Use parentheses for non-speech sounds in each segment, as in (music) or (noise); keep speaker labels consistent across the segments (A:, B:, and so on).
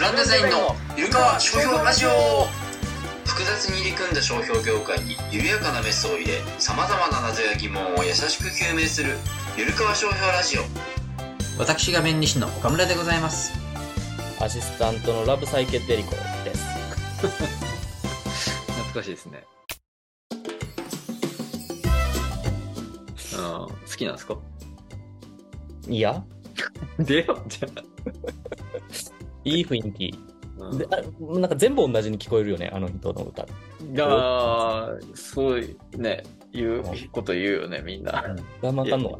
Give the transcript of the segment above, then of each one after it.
A: ランデザインのゆるかわ商標ラジオ複雑に入り組んだ商標業界に緩やかなメスを入れさまざまな謎や疑問を優しく究明するゆるかわ商標ラジオ私が面理士の岡村でございます
B: アシスタントのラブサイケデリコです。
C: 懐かしいですね。あー好きなんですか
B: いや、
C: 出よじゃ
B: いい雰囲気。
C: あ。
B: であなんか全部同じに聞こえるよね、あの人の歌。
C: が、そうね、言うこと言うよね、みん
B: (laughs)
C: な。
B: 頑張ったんのか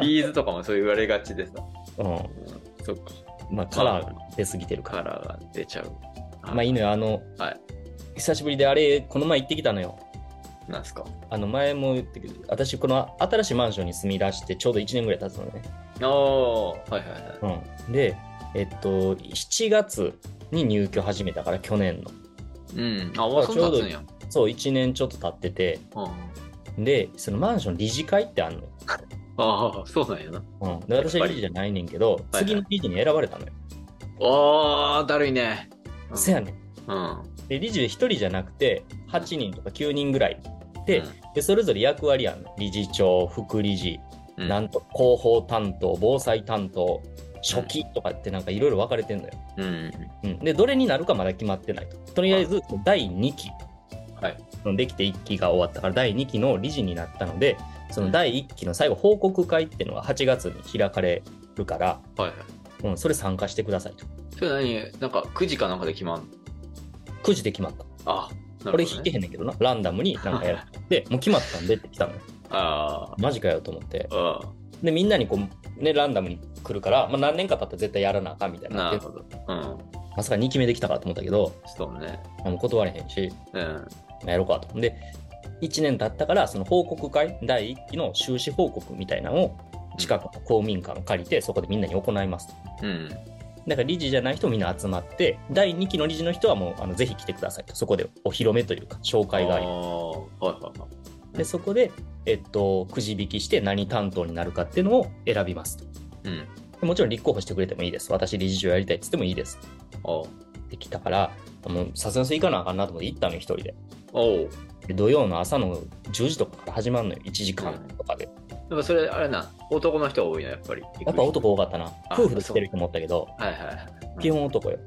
C: ビーズとかもそう言われがちでさ。
B: なう
C: うんそっか、
B: ん。まあ、カラー出すぎてるか
C: カラーが出ちゃう。
B: ら。まあいいのよ、あの、
C: はい
B: 久しぶりであれ、この前行ってきたのよ。
C: なんすか
B: あの前も言ってけど、私、この新しいマンションに住み出して、ちょうど1年ぐらい経つのね。
C: ああ、はいはいはい。
B: うん。で、えっと、7月に入居始めたから、去年の。
C: うん。あ、もうそんな経つんや。
B: そう、1年ちょっと経ってて、
C: うん
B: で、そのマンション理事会ってあんのよ。
C: ああ、そうなんやな。
B: うん、で私は理事じゃないねんけど、
C: はいはい
B: 次の理事に選ばれたのよ。
C: ああ、だるいね。うん
B: せやねん。
C: うん。
B: で、理事で1人じゃなくて、8人とか9人ぐらいで
C: うん、
B: でそれぞれ役割あんの。理事長、副理事、
C: うん
B: なんと広報担当、防災担当、初期とかってなんかいろいろ分かれてんのよ。
C: うん。
B: うん、で、どれになるかまだ決まってないと。とりあえず、第2期、
C: はい。
B: できて1期が終わったから、第2期の理事になったので、その第1期の最後、報告会っていうのが8月に開かれるから、
C: はいはい。
B: うん、それ参加してくださいと。
C: それ何なんか9時かなんかで決まん
B: 9時で決まった。
C: あ、な
B: これ
C: る
B: 引
C: ほど
B: い
C: ね。
B: てへんねんけどな、ランダムになんかやる。
C: (laughs)
B: で、もう決まったんでって来たのよ。
C: あ
B: マジかよと思って。
C: あ、あ
B: で、みんなにこう、ね、ランダムに来るから、まあ、何年か経ったら絶対やらなあかんみたい
C: あ、
B: にな
C: な
B: って
C: るほど。うん。
B: まさか2期目できたかと思ったけど、
C: そうね。
B: もう断れへんし、
C: うん。
B: まあやろうかと。で、1年経ったから、その報告会、第1期の収支報告みたいなのを、近くの公民館を借りて、そこでみんなに行いますと。
C: うん。
B: だから理事じゃない人みんな集まって、第2期の理事の人はもう、あのぜひ来てくださいと。そこでお披露目というか、紹介があります
C: ーはいはいは
B: でそこで、えっと、くじ引きして何担当になるかっていうのを選びますと
C: い。うん。
B: でもちろん立候補してくれてもいいです私理事長やりたいっつってもいいです
C: おう
B: って来たからもうさすがにそれ行かなあかんなと思って行ったのよ一人で
C: おう。
B: で土曜の朝の10時とかから始まるのよ1時間とかで、
C: やっぱそれ、あれな、男の人が多いな、やっぱり。
B: やっぱ。男多かったな
C: あ
B: 夫婦で来てる人もおったけど
C: はいはいはい。
B: 基本男よ、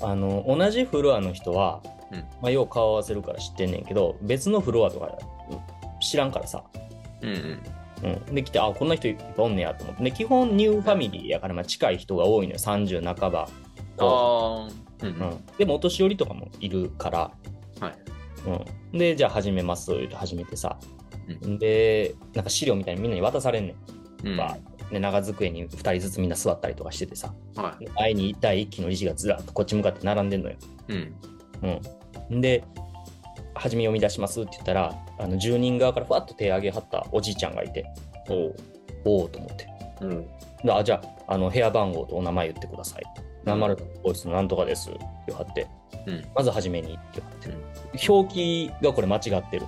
B: あの同じフロアの人は、
C: うん
B: まあ、よう顔合わせるから知ってんねんけど別のフロアとか知らんからさ、
C: うんうん。
B: うん、で来てあこんな人いっぱいおんねやと思ってで基本ニューファミリーやから、まあ、近い人が多いのよ30半ば後
C: ああ、うんう。
B: 半、うんん、でもお年寄りとかもいるから、
C: はい
B: うん、でじゃあ始めますと言って始めてさ、でなんか資料みたいにみんなに渡されんね、
C: うんん。
B: ば
C: は
B: ーで長机に2人ずつみんな座ったりとかしててさ
C: い。
B: で前に第1期の理事がずらっとこっち向かって並んでんのよ、
C: うん。
B: うん、で初め読み出しますって言ったらあの住人側からふわっと手上げはったおじいちゃんがいて
C: おう。
B: おおと思って
C: うん。
B: であじゃああの部屋番号とお名前言ってください。何丸ボイスのなんとかですって言わはって、
C: うん
B: まずはじめにって言わはって、表記がこれ間違ってる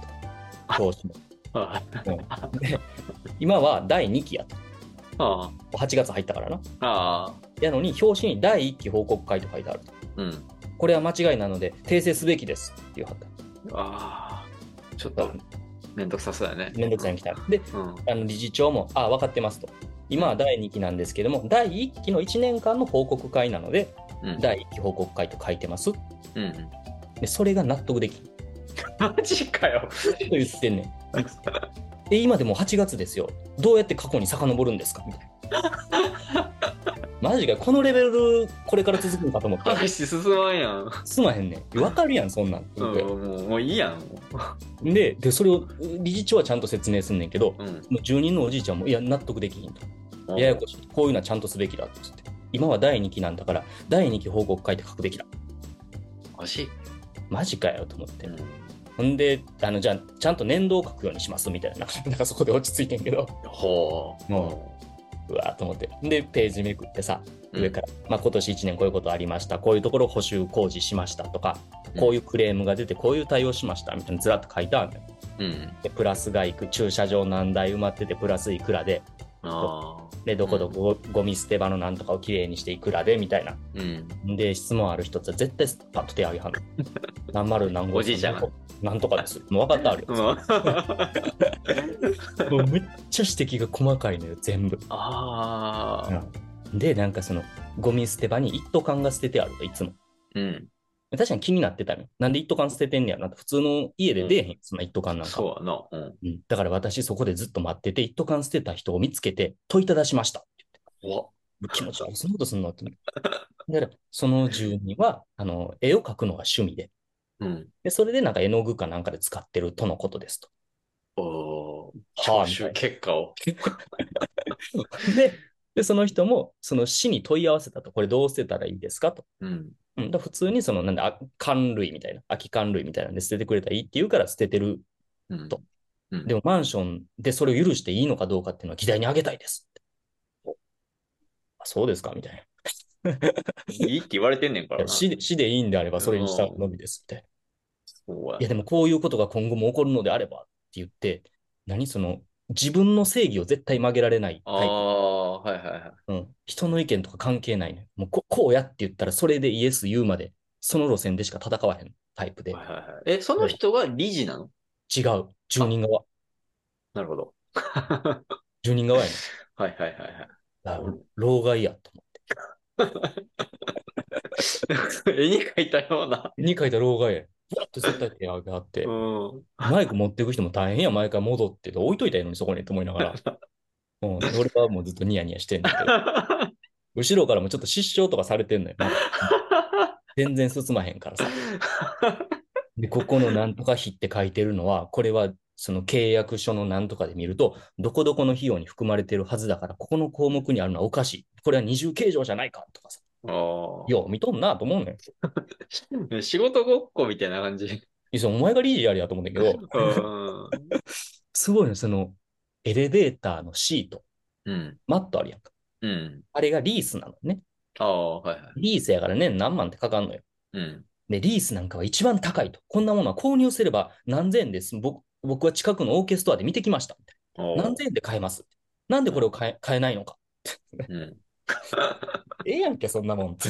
B: と。表紙
C: あ
B: の。うんで今は第2期やと。
C: あ。
B: 8月入ったからな。
C: ああ。
B: やのに、表紙に第1期報告会と書いてあると。
C: うん。
B: これは間違いなので、訂正すべきですって言わはっ
C: ああ。ちょったと、。めんどくさそうだね。
B: めんどくさいに来た。で、
C: うん。
B: あの理事長も、あ、分かってますと。今は第2期なんですけども、第1期の1年間の報告会なので、
C: うん。
B: 第1期報告会と書いてます
C: うんうん。
B: でそれが納得できんと
C: マジかよ。
B: 言ってんねん。で今でも8月ですよ。どうやって過去に遡るんですかみたいな。マジかよこのレベルこれから続くのかと思ったら
C: 話進まんやん。
B: すまへんねん。わかるやんそんなんって言
C: う
B: っ
C: ん
B: て、
C: もう、もういいやん。も
B: ででそれを理事長はちゃんと説明すんねんけど
C: ううん。
B: 住人のおじいちゃんもいや納得できひんと。ややこしい。こういうのはちゃんとすべきだって言って。今は第2期なんだから第2期報告書いて書くべきだ。
C: 欲しい。
B: マジかよと思って。ほんであのじゃあちゃんと年度を書くようにしますみたいな。なんかそこで落ち着いてんけど。
C: ほう。
B: もうわーと思ってでページめくってさ
C: うん
B: 上から、まあ、今年1年こういうことありましたこういうところ補修工事しましたとか
C: うん
B: こういうクレームが出てこういう対応しましたみたいなのずらっと書いてあるのよ
C: うん。
B: でプラスがいく駐車場何台埋まっててプラスいくらで
C: ああ。
B: でどこどこゴミ捨て場のなんとかをきれいにしていくらでみたいな
C: うん。
B: で質問ある人って絶対パッと手挙
C: (laughs)
B: げはんの何丸何号
C: おじいちゃんが
B: なんとかですもう分かったある
C: うん
B: もうめっちゃ指摘が細かいのよ全部
C: (laughs) ああ。
B: でなんかそのゴミ捨て場に一斗缶が捨ててあるといつも
C: うん。
B: 確かに気になってたのよなんで一斗缶捨ててんねやろなって普通の家で出えへん、そんな一斗缶なんか
C: そうやな。うん。
B: うんだから私そこでずっと待ってて、一斗缶捨てた人を見つけて問いただしました。
C: 怖っ
B: 気持ち悪い。そんなことすんのって。だから、その住人は、あの、絵を描くのが趣味で、
C: うん。
B: で、それでなんか絵の具かなんかで使ってるとのことですと。
C: おお。
B: はあ
C: 聴取結果を。
B: で、でその人も、その市に問い合わせたと、これどう捨てたらいいですかと。
C: うん。
B: うん、だから普通にその、なんだ、あ缶類みたいな、空き缶類みたいなんで捨ててくれたらいいって言うから捨ててる。
C: うん
B: と。
C: うん
B: でもマンションでそれを許していいのかどうかっていうのは議題にあげたいですって。あそうですかみたいな。
C: いいって言われてんねんからな。
B: 市で市でいいんであればそれにしたのみですみたいな。
C: そうや
B: いやでもこういうことが今後も起こるのであればって言って、何その自分の正義を絶対曲げられない
C: あ
B: タイプ。
C: あ、はいはいはい。
B: うん、人の意見とか関係ないね。もうここうやって言ったらそれでイエス言うまでその路線でしか戦わへんタイプで。
C: はいはいはい、え、その人が理事なの
B: 違う。住人側。
C: なるほど。は
B: 住人側やね。
C: いはいはいはい。
B: だから老害やと思って。
C: 絵に描い (laughs) たような。
B: に書いた老害や。ぶわっと絶対手上がって
C: う、 (laughs) ん。
B: (laughs) マイク持っていく人も大変や、毎回戻って、置いといたらいいのにそこにと思いながら。うん、俺はもうずっとニヤニヤしてんだ
C: (laughs)
B: けど。後ろからもちょっと失笑とかされてんのよ。なんか全然進まへんからさ。で、ここのなんとか費って書いてるのは、これはその契約書のなんとかで見ると、どこどこの費用に含まれてるはずだから、ここの項目にあるのはおかしい。これは二重計上じゃないかとかさ。
C: あ
B: よう見とんなと思うねん。い
C: あ。仕事ごっこみたいな感 (laughs) じ。
B: やそれお前がリージやりやと思うねん
C: (laughs)
B: だけど、
C: うん。
B: すごいね、そのエレベーターのシート、
C: うん。
B: マットあるやんか。
C: うん。
B: あれがリースなのね。
C: ああ、はいはい。
B: リースやからね、何万ってかかんのよ。
C: うん。
B: で、リースなんかは一番高いと。こんなものは購入すれば何千円です。僕僕は近くのオーケストアで見てきました。みたい
C: お
B: な
C: ー
B: 何千円で買えます。なんでこれを買え買えないのか。
C: うん。
B: ええやんけ、そんなもん。 (laughs)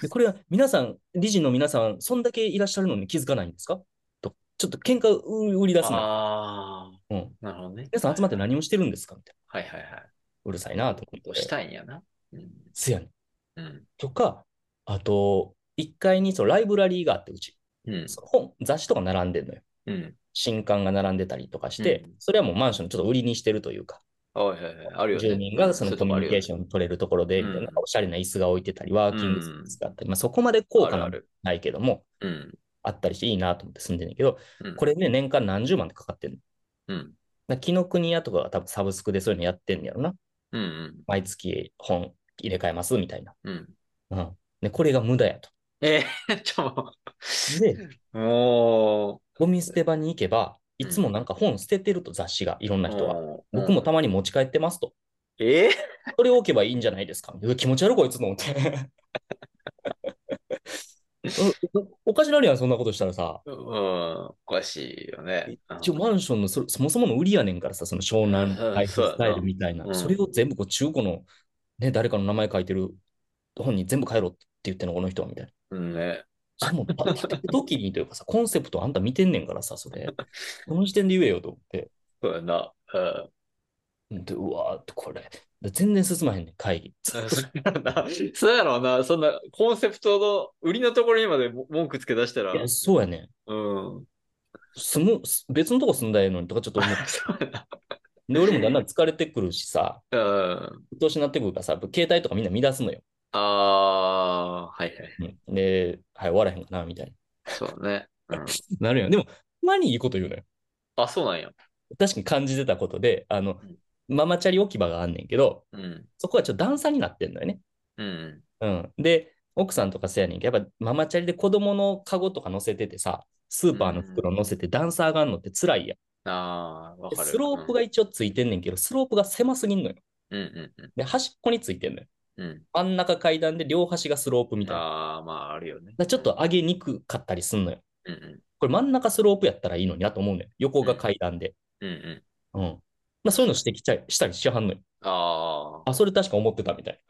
B: でこれは皆さん、理事の皆さん、そんだけいらっしゃるのに気づかないんですかと。ちょっと喧嘩売り出すな。
C: ああ、
B: うん、
C: なるほどね。
B: 皆さん集まって何をしてるんですかみたいな。
C: はいはいは
B: うるさいなと
C: い。
B: 思って。
C: したいんやな。うん。
B: せやねん。
C: うん。
B: とか、あと、1階にそうライブラリーがあって、うち。
C: うん。
B: その本、雑誌とか並んでんのよ。
C: うん。
B: 新刊が並んでたりとかして、
C: うん
B: それはもうマンションのちょっと売りにしてるというか、
C: はいはいはい。あるよね。
B: 住民がそのコミュニケーシ
C: ョン
B: ョン取れるところで、みたいな
C: うん
B: なんかおしゃれな椅子が置いてたり、ワーキングスペースがあったり、まあ、そこまで
C: と
B: 高価
C: あ
B: な
C: る
B: ないけども、
C: ある。
B: あったりしていいなと思って住んでんだけど、
C: うん。
B: こ
C: れ、
B: れね、年間何十万ってかかってんの。
C: うん。
B: だから紀ノ国屋とかが多分サブスクでそういうのやってんのやろな。
C: うんうん。
B: 毎月本入れ替えますみたいな。
C: うん。
B: うん。で、これが無駄やと。
C: えー、 (laughs) ちょ、
B: で、
C: も
B: ゴミ捨て場に行けば、
C: うん
B: いつもなんか本捨ててると雑誌がいろん
C: う、
B: な人は。
C: もう
B: 僕もたまに持ち帰ってますと。
C: え
B: それを置けばいいんじゃないですか。うわ気持ち悪いこいつの
C: (laughs)
B: 思って。おおかしなるやん、そんなことしたらさ。
C: ー、うん、おかしいよね。
B: 一応マンションのそそもそもの売りやねんからさ、その湘南
C: うん
B: ライフ
C: そうや
B: ス
C: な
B: タイルみたいな。
C: うん
B: それを全部こう中古の、ね、誰かの名前書いてる本に全部変えろって言ってんの、この人はみたいな。
C: うんね。
B: それもた建てる時にというかさ、コンセプトあんた見てんねんからさ、それ。この時点で言えよと思って。
C: そうやな。うん
B: でうわーってこれ。で全然進まへんねん、会議。ずっと
C: そうやな。 (laughs) そうやろうな。そんな、コンセプトの売りのところにまでも文句つけ出したら、
B: いやそうやねん。
C: うん。
B: 住む、別のとこ住んだらええのにとかちょっと思って
C: (laughs) そうやな。
B: で、俺もだんだん疲れてくるしさ、
C: うん。
B: うっとうしになってくるからさ、携帯とかみんな乱すのよ。
C: あー、はいはい。
B: うんで、はい、終わらへんかな、みたい
C: そうね。 (laughs) うん、
B: な。なるやん。でも、まにいいこと言うのよ。
C: あ、そうなんや。
B: 確かに感じてたことで、あの
C: ん、
B: ママチャリ置き場があんねんけど、
C: うん。
B: そこはちょっと段差になってんのよね。
C: うん。
B: うん。で、奥さんとかせやねんけど、やっぱママチャリで子供のカゴとか乗せててさ、スーパーの袋乗せて段差上がんのって辛いやん。
C: あー、わ
B: で
C: かる。
B: スロープが一応ついてんねんけど、スロープが狭すぎんのよ。
C: うんうんうん
B: で、端っこについてんのよ。
C: うん。
B: 真ん中階段で両端がスロープみたいな。
C: あー、まあ、あるよね
B: だか。らちょっと上げにくかったりすんのよ。
C: うんうん。
B: これ真ん中スロープやったらいいのになと思うのよ。横が階段で。
C: うんうん。
B: うん。まあそういうのしてきちゃい、したりしはんのよ。
C: あ
B: (laughs) あ、それ確か思ってたみたい。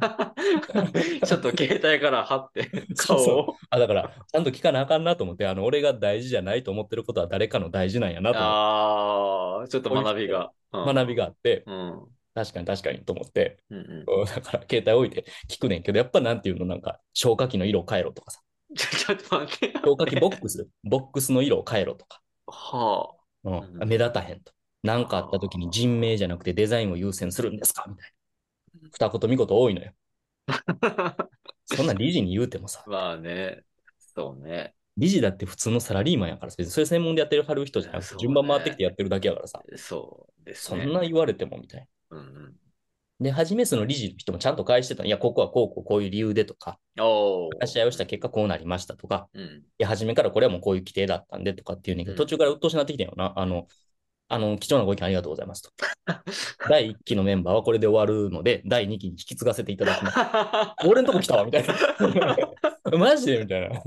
C: あ。ちょっと携帯からはって、顔
B: そう
C: を。
B: あ、だから、ちゃんと聞かなあかんなと思って、あの、俺が大事じゃないと思ってることは誰かの大事なんやなと思っ
C: ああ、ちょっと学びが。
B: て、学び
C: が。
B: があって、
C: うん。うん
B: 確かに確かにと思って、
C: うん。 (laughs)
B: うんだから携帯置いて聞くねんけど、やっぱなんていうの、なんか消火器の色を変えろとかさ、
C: ちょちょっと待って。
B: 消火器ボックス、ボックスの色を変えろとか、
C: (laughs) は
B: う、
C: うんん
B: 目立たへんと。なんかあった時に人命じゃなくてデザインを優先するんですかみたいな。二言三言多いのよ。
C: あ。 (laughs)
B: そんなん理事に言うてもさ、
C: まあね。そうね。
B: 理事だって普通のサラリーマンやからさ、別にそれ専門でやってるはる人じゃなく
C: そ
B: て、
C: うね
B: 順番回ってきてやってるだけやからさ、
C: そうです
B: そ
C: ね。
B: んな言われてもみたいな。
C: うんうん。
B: で、初めその理事の人もちゃんと返してたのいや、ここはこうこうこういう理由でとか、
C: おお。
B: 話し合いをした結果こうなりましたとか、
C: うん。
B: いや、初めからこれはもうこういう規定だったんでとかっていうねんけど、
C: うん
B: 途中から鬱陶しなってきたよな。あの、あの、貴重なご意見ありがとうございま
C: (laughs)
B: すと。第1期のメンバーはこれで終わるので、第2期に引き継がせていただき
C: (laughs)
B: ます。俺のとこ来たわみたいな。マジでみたいな。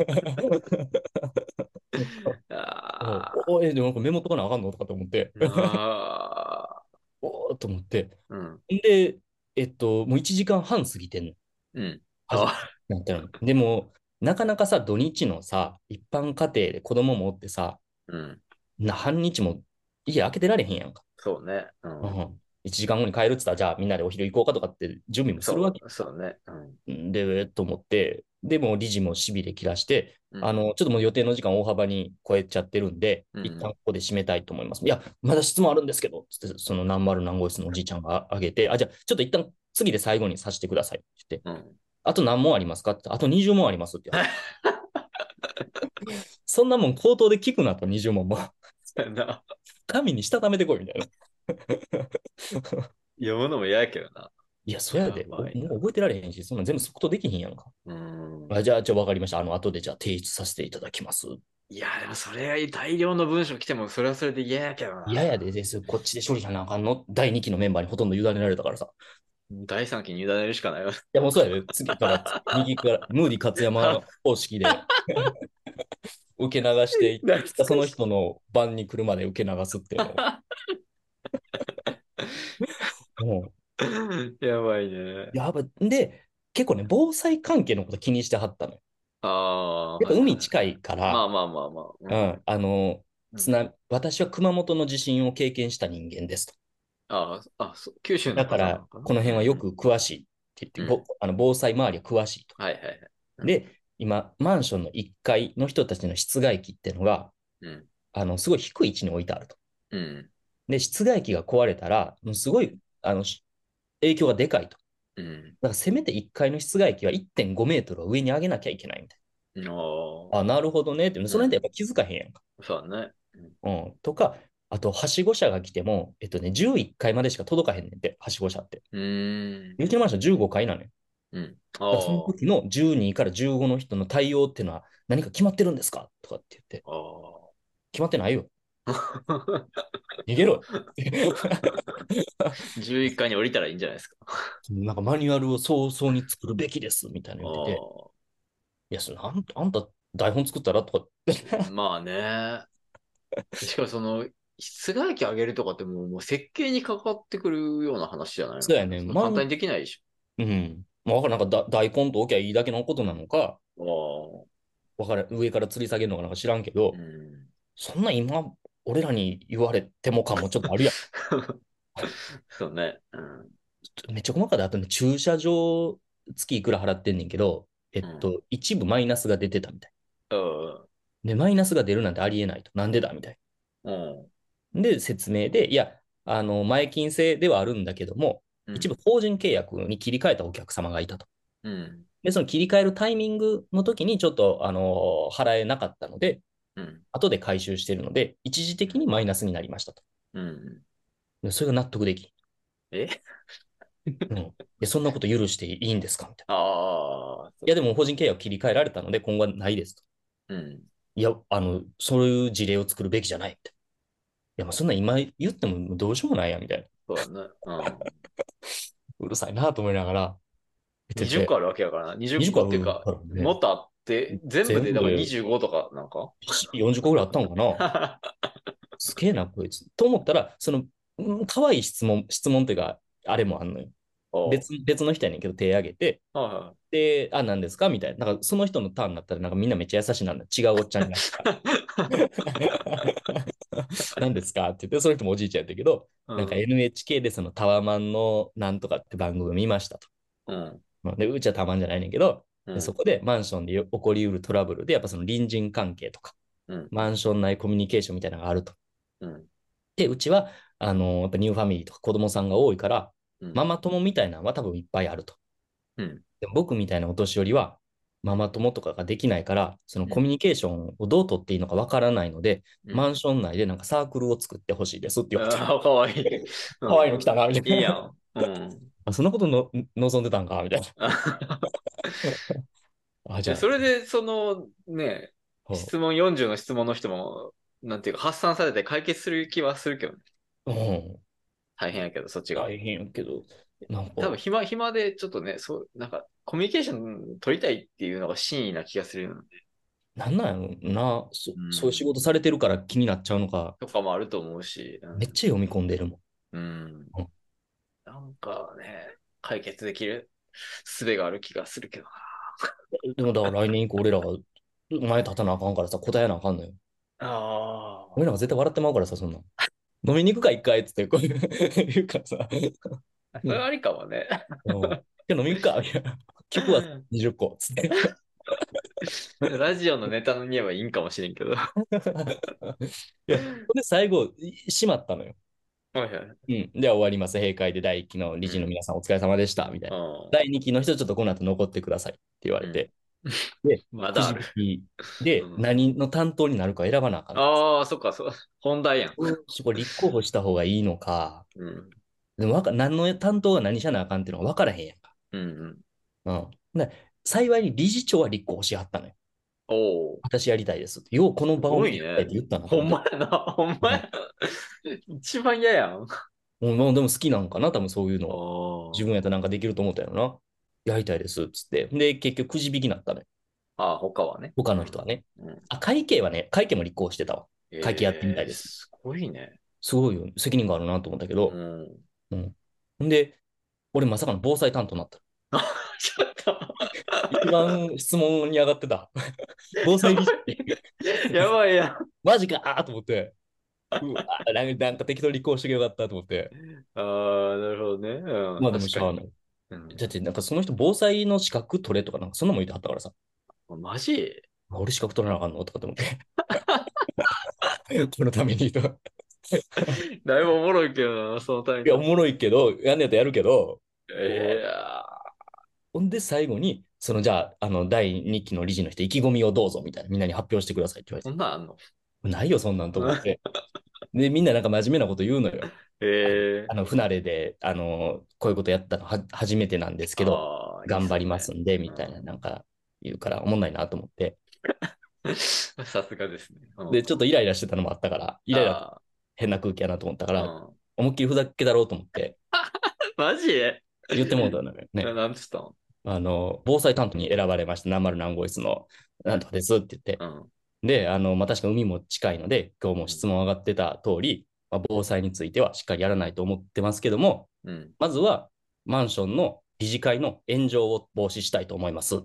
C: あ
B: おえ、でもなんかメモとかなあかんのとかと思って、
C: ーあ
B: おーと思って。
C: ー。うん。
B: んで、えっと、もう1時間半過ぎてんの。
C: うん。あ
B: あなんていうのでも、なかなかさ、土日のさ、一般家庭で子供もおってさ、
C: うん。
B: な半日も家開けてられへんやんか。
C: そうね。う。
B: うんん、1時間後に帰るっつったら、じゃあみんなでお昼行こうかとかって準備もするわけ
C: そうそうね。うん
B: で、えっと思って、でもう理事もしびれ切らして、
C: うん。
B: あの、ちょっともう予定の時間大幅に超えちゃってるんで、
C: うん
B: 一旦ここで締めたいと思います。いや、まだ質問あるんですけど、つって、その何丸何号室のおじいちゃんがあげて、あ、じゃあちょっと一旦次で最後にさせてくださいって言って、
C: うん。
B: あと何問ありますかって、あと20問ありますっ
C: (laughs)
B: て言われて。そんなもん口頭で聞くなと20問も。
C: そうやな
B: 神にしたためてこいみたいな。
C: 読むのも嫌やけどな。
B: いや、そやで。
C: やばいな
B: もう覚えてられへんし、そんなん全部即答できひんやんか。
C: うん。
B: あじゃあ、じゃあ分かりました。あの、後でじゃあ提出させていただきます。
C: いや、でもそれ大量の文章来ても、それはそれで嫌やけどな。
B: いややでです。こっちで処理しなあかんの。第2期のメンバーにほとんど委ねられたからさ。
C: 第3期に委ねるしかないわ。
B: いや、もうそうやで。次から、 (laughs) 右から、ムーディ勝 (laughs) 山方式で、受け流していっ
C: 懐かしい
B: たその人の番に来るまで受け流すっていう (laughs) のを。も
C: (laughs) やばいね
B: う。やばい。で、結構ね、防災関係のこと気にしてはったのよ。
C: ああ。
B: やっぱ海近いから、
C: まあまあまあま
B: う
C: あ。
B: ん、あの、津波、私は熊本の地震を経験した人間ですと。
C: あーあ、そう九州の
B: だから、この辺はよ。く詳しいって言って、ぼあの防災周りは詳しいと。
C: はいはいはい。うん
B: で、今、マンションの1階の人たちの室外機っていうのが、
C: うん。
B: あの、すごい低い位置に置いてあると。
C: うん。
B: で、室外機が壊れたら、もうすごい、あの、し影響がでかいと。
C: うん。
B: だから、せめて1階の室外機は1.5メートルは上に上げなきゃいけないみたい
C: お
B: な。
C: ー
B: あ、なるほどねって。その辺でやっぱ気づかへんやんか。
C: そうだね。
B: うん。とか、あと、はしご車が来ても、えっとね、11階までしか届かへんねんって、はしご車って。
C: うーん。
B: うちのマンション15階なのよ。
C: うん。
B: だ
C: あ
B: からその時の12から15の人の対応ってのは何か決まってるんですかとかって言って、
C: あ。
B: 決まってないよ。 (laughs) 逃げろ
C: 11階に降りたらいいんじゃないですか。
B: なんかマニュアルを早々に作るべきですみたいなの言ってて、
C: あ
B: いや、それあんあんた台本作ったらとか、
C: ーまあ
B: (laughs)
C: ね。しかもその、室外機上げるとかってもうもう設計にかかってくるような話じゃないの
B: そうやね
C: んな簡単にできないでし
B: うん。まあ、わからんなんかだ大根と置きゃいいだけのことなのか、
C: ょ。
B: わからん上から吊り下げるのかなんか知らんけど、
C: ああ。うん。
B: そんな今、俺らに言われてもかもちょっとあるやん。
C: そうね。うん。
B: めっちゃ細かいで、あとね、駐車場月いくら払ってんねんけど、えっと、一部マイナスが出てたみたい。
C: うん
B: で、マイナスが出るなんてありえないと。なんでだみたい。
C: うん。
B: で、説明で、いや、あの、前金制ではあるんだけども、
C: うん
B: 一部。法人契約に切り替えたお客様がいたと。
C: うん。
B: で、その切り替えるタイミングの時にちょっと、あの、払えなかったので、
C: うん。
B: 後で回収してるので、一時的にマイナスになりましたと。
C: うん。
B: でそれが納得できん。
C: え (laughs)
B: うん。で、そんなこと許していいんですかみたいな。
C: ああ。
B: いや、でも法人契約切り替えられたので、今後はないですと。
C: うん。
B: いや、あの、そういう事例を作るべきじゃないって。いや、もうそんなん今言ってもどうしようもないや、みたいな。
C: そうだね。
B: (laughs)
C: う
B: うるさいなと思いながら。
C: ん。20個あるわけやからな。20
B: 20
C: 個
B: 個
C: っていうか
B: あ、るね
C: もっとあって、全部でだから
B: 全部
C: 25とかなんか。
B: 40個ぐらいあったのかな
C: (laughs)
B: すげえな、こいつ。と思ったら、その、うん可愛い質問、質問っていうか、あれもあんのよ。
C: あ
B: 別別の人やねんけど手挙げて、
C: はいは
B: で、あ、何ですかみたいな。なんかその人のターンになったら、なんかみんなめっちゃ優しいなの。違うおっちゃんになった。何ですかって言って、その人もおじいちゃんやったけど、
C: い。
B: なんか NHK でそのタワマンのなんとかって番組見ましたと。
C: うん。
B: まあで、うちはタワマンじゃないねんけど、
C: う
B: で
C: ん。
B: そこでマンションでよ起こりうるトラブルで、やっぱその隣人関係とか、
C: うん
B: マンション内コミュニケーションみたいなのがあると。
C: うん。
B: で、うちは、あのーやっぱニューファミリーとか子供さんが多いから、
C: うん
B: ママ友みたいなのは多分いっぱいあると。
C: うん
B: でも僕みたいなお年寄りは、ママ友とかができないから、その
C: ん
B: コミュニケーションをどう取っていいのかわからないので、
C: うん
B: マンション内でなんかサークルを作ってほしいですって言われた。
C: ああ、かわいい。か
B: (laughs) 可愛いの来たな、みたいな。
C: いいやん。うん。
B: (laughs) あそんなことの望んでたんか、みたいな。あ、じ
C: じゃ
B: ゃあ、
C: それで、その、ね、
B: ほう
C: 質問40の質問の人も、なんていうか、発散されて解決する気はするけどね。
B: うん、
C: 大変やけど、そっちが。
B: 大変やけど、なんか、
C: 多分暇、暇で、ちょっとね、そう、なんか、コミュニケーション取りたいっていうのが真意な気がするので、
B: なんなんやろうな、そ
C: うん
B: そういう仕事されてるから気になっちゃうのか、
C: とかもあると思うし、うん
B: めっちゃ読み込んでるもん。
C: うん。なんかね、解決できる術がある気がするけどな。
B: でもだから来年以降俺らが前立たなあかんからさ、答えなあかんのよ。
C: あ
B: 俺らが絶対笑ってまうからさ、そんなん。飲みに行くか、一回っつってこう (laughs) 言うからさ。
C: あ。それありかもね。
B: うん今日飲みに行くか、いや、 (laughs) 曲は20個っつって。
C: (laughs) ラジオのネタのに言えばいいんかもしれんけど。 (laughs) はい
B: や、ほんで最後、い閉まったのよ。
C: いはい。
B: うん。では終わります。閉会で第1期の理事の皆さんお疲れ様でした、みたいな。
C: うん
B: 第2期の人、ちょっとこの後残ってくださいって言われて、
C: まだある。
B: くじ引きで
C: うん
B: 何の担当になるか選ばなあかんの。
C: ああ、そっか、そう。本題やん。
B: そこ立候補した方がいいのか、
C: うん。
B: でもわか何の担当が何しゃなあかんっていうのが分からへんやんか。
C: うんうん。
B: うん。で幸いに理事長は立候補しはったのよ。
C: おお。
B: 私やりたいですって。ようこの場を
C: すごいね
B: 見てやりたいって言ったの。
C: ほんまやな、ほんまやな。一番嫌やん。
B: うんまあでも好きなんかな、多分そういうの。
C: あ
B: 自分やったらなんかできると思ったよな。やりたいですっつって。で、結局くじ引きになったのよ。
C: あ、他はね。
B: 他の人はね。
C: うん
B: あ、会計はね、会計も立候補してたわ。会計やってみたいです
C: す。すごいね。
B: すごいよ。責任があるなと思ったけ
C: う
B: ど。
C: ん。 (laughs)
B: ほんで、俺まさかの防災担当になった。
C: ちょっと。
B: 一番質問に上がっ
C: (laughs)
B: てた。防災理事。
C: やばいやん。
B: マジかーと思って。うわなんかなんか適当に立候補してけばよかったと思って。
C: ああ、なるほどね。うん、
B: まあでもし
C: 確
B: ゃ
C: かに
B: あない。
C: うん
B: だってなんかその人防災の資格取れとかなんかそんなもん言ってはったからさ。
C: マジ
B: 俺資格取らなあかんのとかって
C: (laughs)
B: 思って。このためにと。い
C: だいぶおもろいけどな、そのタイミング
B: や、おもろいけど、やんねやとやるけど。
C: え
B: ほんで最後に、そのじゃあ、あの、第2期の理事の人、意気込みをどうぞみたいな、みんなに発表してくださいって言わ
C: ー、そんなんあんの
B: れて。ないよ、そんなんと思って。で、みんななんか真面目なこと言うのよ。
C: え
B: あの、不慣れで、あの、こういうことやったのは初めてなんです
C: ー、
B: けど、
C: あー
B: 頑張ります。んで、みたいな、
C: うん
B: なんか言うから、おもんないなと思って。
C: いいっすね (laughs) さすがですね。うん
B: で、ちょっとイライラしてたのもあったから、イライラ、
C: あ
B: 変な空気やなと思ったか
C: ー
B: ら、
C: うん
B: 思いっきりふざけだろうと思って、
C: マジで
B: 言ってもうたのよね。
C: なんつったの
B: あの、防災担当に選ばれました、何丸何号室の、なんとかですって言って
C: う。ん。
B: で、あの、まあ、確か海も近いので、今日も質問上がってた通り、まあ、防災についてはしっかりやらないと思ってますけども、
C: うん。 (laughs)
B: まずは、マンションの理事会の炎上を防止したいと思います。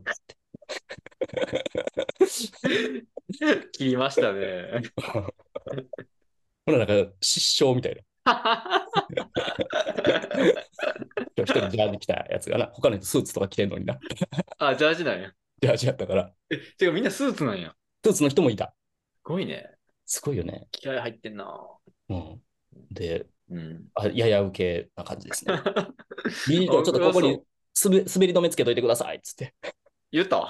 B: (laughs)
C: 切りましたね。 (laughs)
B: ほら、なんか、失笑みたいな。今日一人ジャージ着たやつがな、他の人スーツとか着てんのにな、
C: あ、ジャージなんや。
B: ジャージやったから、
C: てかみんなスーツなんや。す
B: スーツの人もいた。
C: ごいね。
B: すごいよね。
C: 気合入ってんな。
B: うん。で、
C: うん。
B: あやや受けな感じで
C: (laughs)
B: すね。理事長、ちょっとここ
C: あ
B: に滑滑り止めつけといてくださいっつって。
C: 言
B: (laughs)
C: った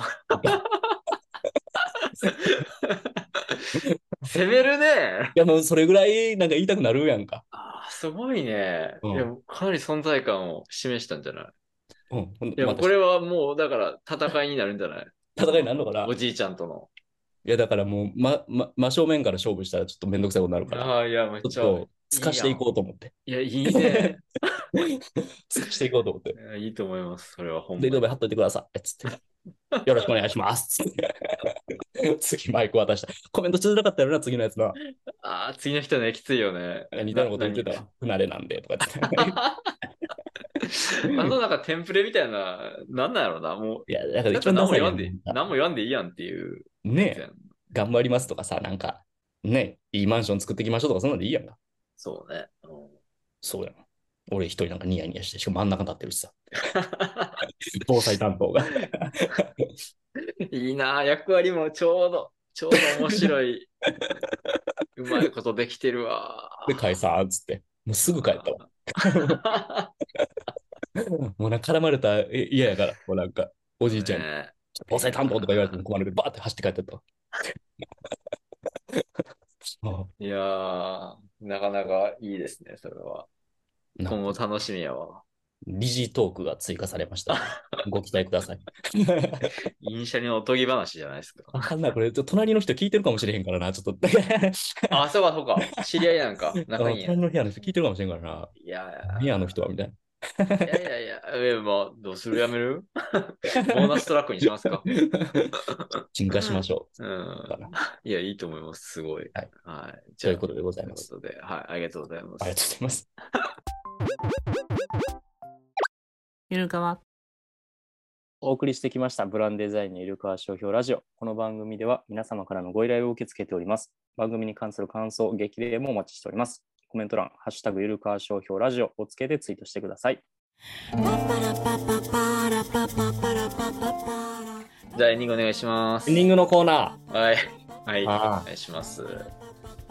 C: 攻めるね
B: いや、もうそれぐらいなんか言いたくなるやんか。
C: あーすごいね、
B: うん
C: いやかなり存在感を示したんじゃない
B: うん。ほん
C: い
B: で
C: や、
B: また
C: これはもうだから戦いになるんじゃない
B: 戦いになるのかな
C: おじいちゃんとの。
B: いや、だからもう、ま、ま、真正面から勝負したらちょっとめんどくさいことになるから、
C: ああ、いや、めっち
B: ち
C: ゃ。
B: ょっと、透かしていこうと思って。
C: いや、いいね。
B: 透かしていこうと思って
C: い。やいいと思います。それは本
B: で、ドベ貼っといてくださ
C: (laughs)
B: い。つって。よろしくお願いします。 (laughs) つって次、マイク渡した。コメントしづらかったよな、次のやつな。
C: ああ、次の人ね、きついよね。
B: (laughs)
C: (laughs)
B: 似たようなこと言ってたわ。不慣れなんで、とか言って。
C: あのなんかテンプレみたいな、なんなんやろな、も
B: いや、だか
C: う。
B: ら
C: だっ
B: 一
C: たら何
B: 番ダ
C: も
B: サい
C: 言わ
B: やん
C: んでいい、何も言わんでいいやんっていう。
B: ねえ、頑張りますとかさ、なんか、ねえ、いいマンション作っていきましょうとか、そんなんでいいやんか。
C: そうね。うん
B: そうやん。俺一人なんかニヤニヤして、しかも真ん中に立って
C: (laughs)
B: るしさ、防災担当が。
C: いいなあ役割もちょうど、ちょうど面白
B: (laughs)
C: い。うまいことできてるわ。
B: で、解散っつって。もうすぐ帰ったわ。もうなんか絡まれたらえ嫌やから、もうなんか、おじいちゃんに、
C: ね
B: 防災担当とか言われても困るけど、バーって走って帰ってったわ。 (laughs) あ
C: いやーなかなかいいですね、それは。
B: な
C: 今後楽しみやわ。
B: 理事トークが追加されました。
C: (laughs)
B: ご期待ください。
C: イシャリのおとぎ話じゃないですか。
B: わかんない、これ、ちょっと隣の人聞いてるかもしれへんからな、ちょっと。 (laughs) あ
C: あ、そうか、そうか。知り合いなん
B: (laughs)
C: か、仲いいんや
B: 隣。の部屋の人聞いてるかもしれんからな。
C: いや
B: 部屋の人はみたい
C: いやいやいや、え、まあ、どうするやめ
B: (laughs)
C: るボーナストラックにしますか。
B: な。 (laughs) 進化しましょ
C: う
B: う。
C: ん
B: か。な。
C: いや、いいと思います。すごい。
B: はい。
C: はい、じ
B: と
C: ゃ
B: い
C: あ、
B: うことでござい
C: という
B: ま
C: こ
B: す。
C: とで、はい、ありがとうございます。
B: ありがとうございます。
D: ゆるかわ。お送りしてきましたブランデザインのゆるかわ商標ラジオ。この番組では皆様からのご依頼を受け付けております。番組に関する感想、激励もお待ちしております。コメント欄、ハッシュタグゆるかわ商標ラジオをつけてツイートしてください。
C: じゃあ、エンディングお願いします
B: エン。ディングのコーナ
C: はい。はい。
B: あー
C: お願いします。
B: ー、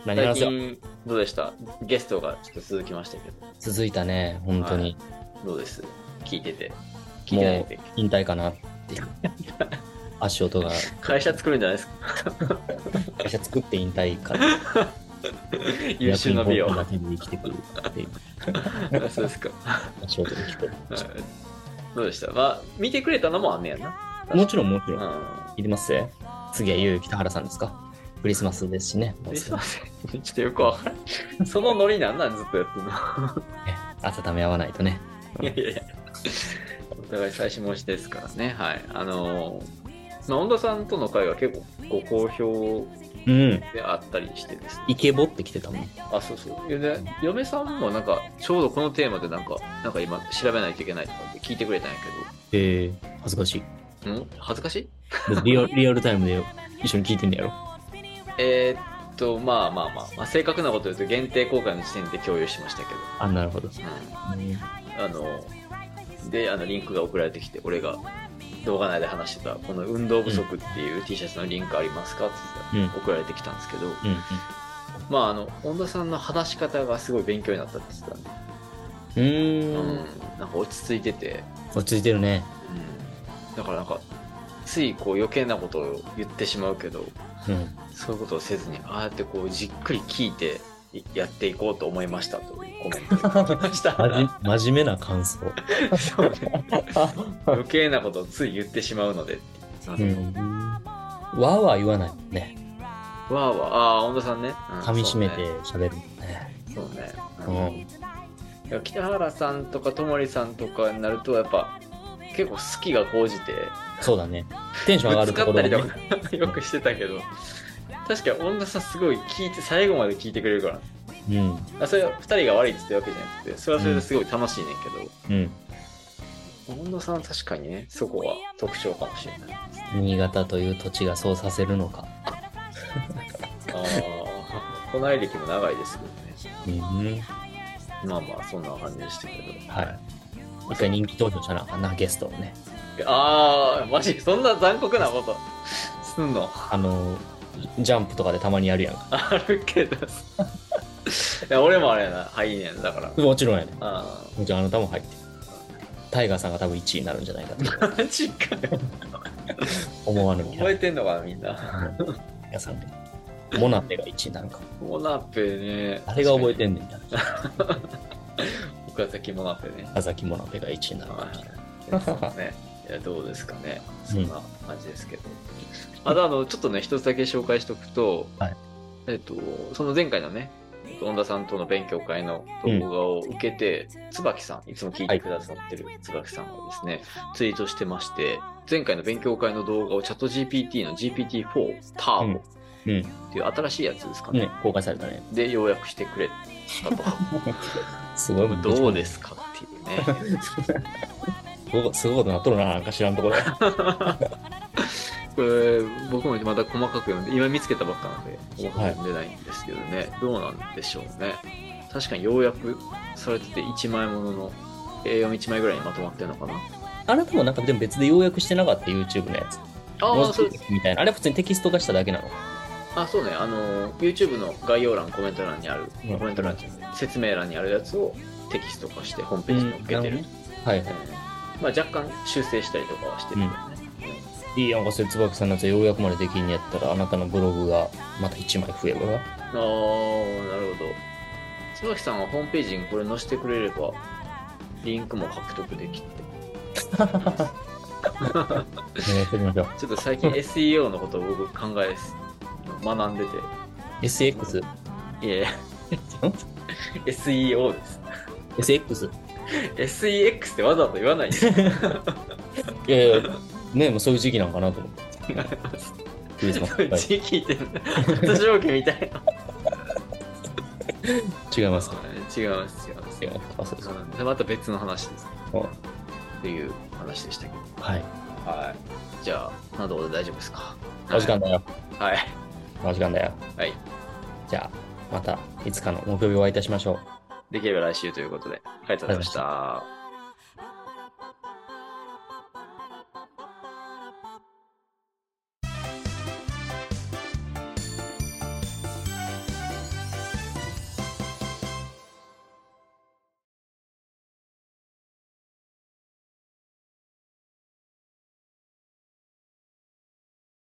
B: 何
C: 最
B: 話すよ。
C: 近、どうでしたゲストがちょっと続きましたけど、
B: 続いたね、本当に。
C: どうです聞いてて。聞いてないで。
B: 引退かなっ
C: (laughs)
B: ていう。足音が、
C: 会社作るんじゃないですか
B: 会社作って引退から。
C: 優秀な美を。
B: が手に生きてくるってい
C: (laughs)
B: う
C: そうですか。
B: 足音が聞こえまし
C: はいどうでしたまあ、見てくれたのもあんねやな。
B: た。もちろん、もち
C: う
B: ろん。
C: ん。
B: 聞いてます次はゆう北原さんですかクリスマスですしね。もう
C: え
B: す
C: すい
B: ぐ
C: ません。 (laughs) ちょっとよくわからん。そのノリなんなんずっとやってんの。 (laughs)
B: ね温め合わないとね。
C: いやいやいやお互い最新申しですからね。はい。あのー、まあ、本田さんとの会が結構ご好評
B: うん。
C: であったりしてですね。
B: イケボってきてたもん。
C: あ、そうそう。で、ね、嫁さんもなんか、ちょうどこのテーマでなんか、なんか今調べないといけないとかって聞いてくれたんや
B: えー、恥ずかしい。
C: けど、ん恥ずかしい
B: リ (laughs) アリアルタイムで一緒に聞いてんねやろ。
C: えーっと、まあまあまあ、まあ、正確なこと言うと限定公開の時点で共有しましたけど、
B: あ、なるほど。
C: うん
B: うん
C: あのー、で、あの、リンクが送られてきて、俺が動画内で話してた、この運動不足っていう T シャツのリンクありますかって言ったら送られてきたんですけど、まああの、本田さんの話し方がすごい勉強になったって言ってたんで、
B: うん。
C: う
B: うんん。、
C: なんか落ち着いてて、
B: 落ち着いてるね。
C: うん、だからなんかついこう余計なことを言ってしまうけど
B: うん。
C: そういうことをせずにああやってこうじっくり聞いていやっていこうと思いましたというコメントが来ました
B: (laughs) まじ真面目な感想。
C: そうね余計なことをつい言ってしまうのでって
B: う
C: いう、
B: ん。わーわー言わないもんね。
C: わあわああ本田さんね、うん
B: 噛み締めて喋るもんね。
C: そうね
B: う
C: そうね、
B: ん。
C: うん、いや北原さんとかともりさんとかになるとやっぱ結構好きが高じて
B: そうだね。テンション上が
C: ぶ
B: る
C: つ
B: と
C: か
B: こ
C: った
B: ろ
C: りと
B: ね。
C: か (laughs) よくしてたけど確かに恩田さんすごい聞いて最後まで聞いてくれるから
B: うん。
C: あそれは2人が悪いって言ってるわけじゃなくてそれはそれですごい楽しいねんけ
B: うん。
C: ど、恩田さんは確かにねそこは特徴かもしれ
B: (laughs)
C: ないあ
B: 新潟という土地がそうさせるのか。
C: あこない歴も長いですけどね
B: うん。
C: まあまあそんな感じでしたけど
B: はい。一回人気投票したなあかんな、ゲストをね。
C: ああマジそんな残酷なことすんの (laughs)
B: あの、ジャンプとかでたまにやるやんか。
C: あるけど (laughs) いや俺もあれやなはいいねんだから
B: もちろんやね。
C: あ
B: もちろんあなたも入ってる。タイガーさんが多分1位になるんじゃないかと
C: あマジ
B: (laughs)
C: かよ
B: 思わぬキャ
C: 覚
B: ラ
C: えてんのかなみんな
B: タイガーさんで。モナペが1位になるか。
C: モナペね。
B: あれが覚え
C: る
B: てんねんみたいな。
C: 岡崎モナペね。
B: 岡崎モナペが1位になるか。
C: はい。 (laughs) ね。いや、どうですかね。そんな感じですけど。あと、あの、ちょっとね、一つだけ紹介しておくと、
B: はい
C: えっと、その前回のね、えっと恩田さんとの勉強会の動画を受けて、椿さん、いつも聞いてくださってる椿さんがですね、ツイートしてまして、前回の勉強会の動画をチャット GPT の GPT-4 ターボ
B: うん。
C: っていう新しいやつですかね、
B: ね、公開されたね。
C: で要約してくれ (laughs)
B: すごい
C: と
B: す
C: どうですかっていうね
B: ごいすごいことなっとるな、なんか知らんところ。
C: これ僕もまた細かく読んで今見つけたばっかなんで細かく読んでないんですけどね、どうなんでしょうね確かに要約されてて1枚ものの A41 枚ぐらいにまとまってるのかな
B: あなたもなんかでも別で要約してなかった YouTube のやつ。
C: あ
B: 文
C: あ
B: 字
C: そう
B: 起こしみたいな。あれは普通にテキスト化しただけなの。
C: あそうねあの YouTube の概要欄コメント欄にある、
B: うん
C: コメント欄っていうか説明欄にあるやつをテキスト化してホームページに載っけてる、
B: うんはいは
C: まあ、若干修正したりとかはしてるけどね、
B: い。いいやんか、節椿さんのやつ要約までできんやったら、あなたのブログがまた1枚増えば。
C: ああなるほど椿さんはホームページにこれ載せてくれればリンクも獲得できて
B: お願いしてみましょう。
C: ちょっと最近 SEO のことを僕考えす学んでて
B: SX。
C: いやいや SEO です
B: SX。
C: SEX ってわざと言わないんですよ
B: いやいや、ねもうそういう時期なんかなと思って。クリスマス。
C: (laughs) そういう
B: はい
C: 字聞いてる発情期みたいな
B: 違いますか
C: 違います違います
B: 違いますあそうですか
C: うんまた別の話です
B: お
C: っていう話でしたけど
B: はい。
C: はいじゃあなどで大丈夫ですか
B: お時間だよ。
C: はい
B: お時間だよ。
C: はい
B: じゃあ、またいつかの木曜日お会いいたしましょう。
C: できれば来週ということでありがとうございました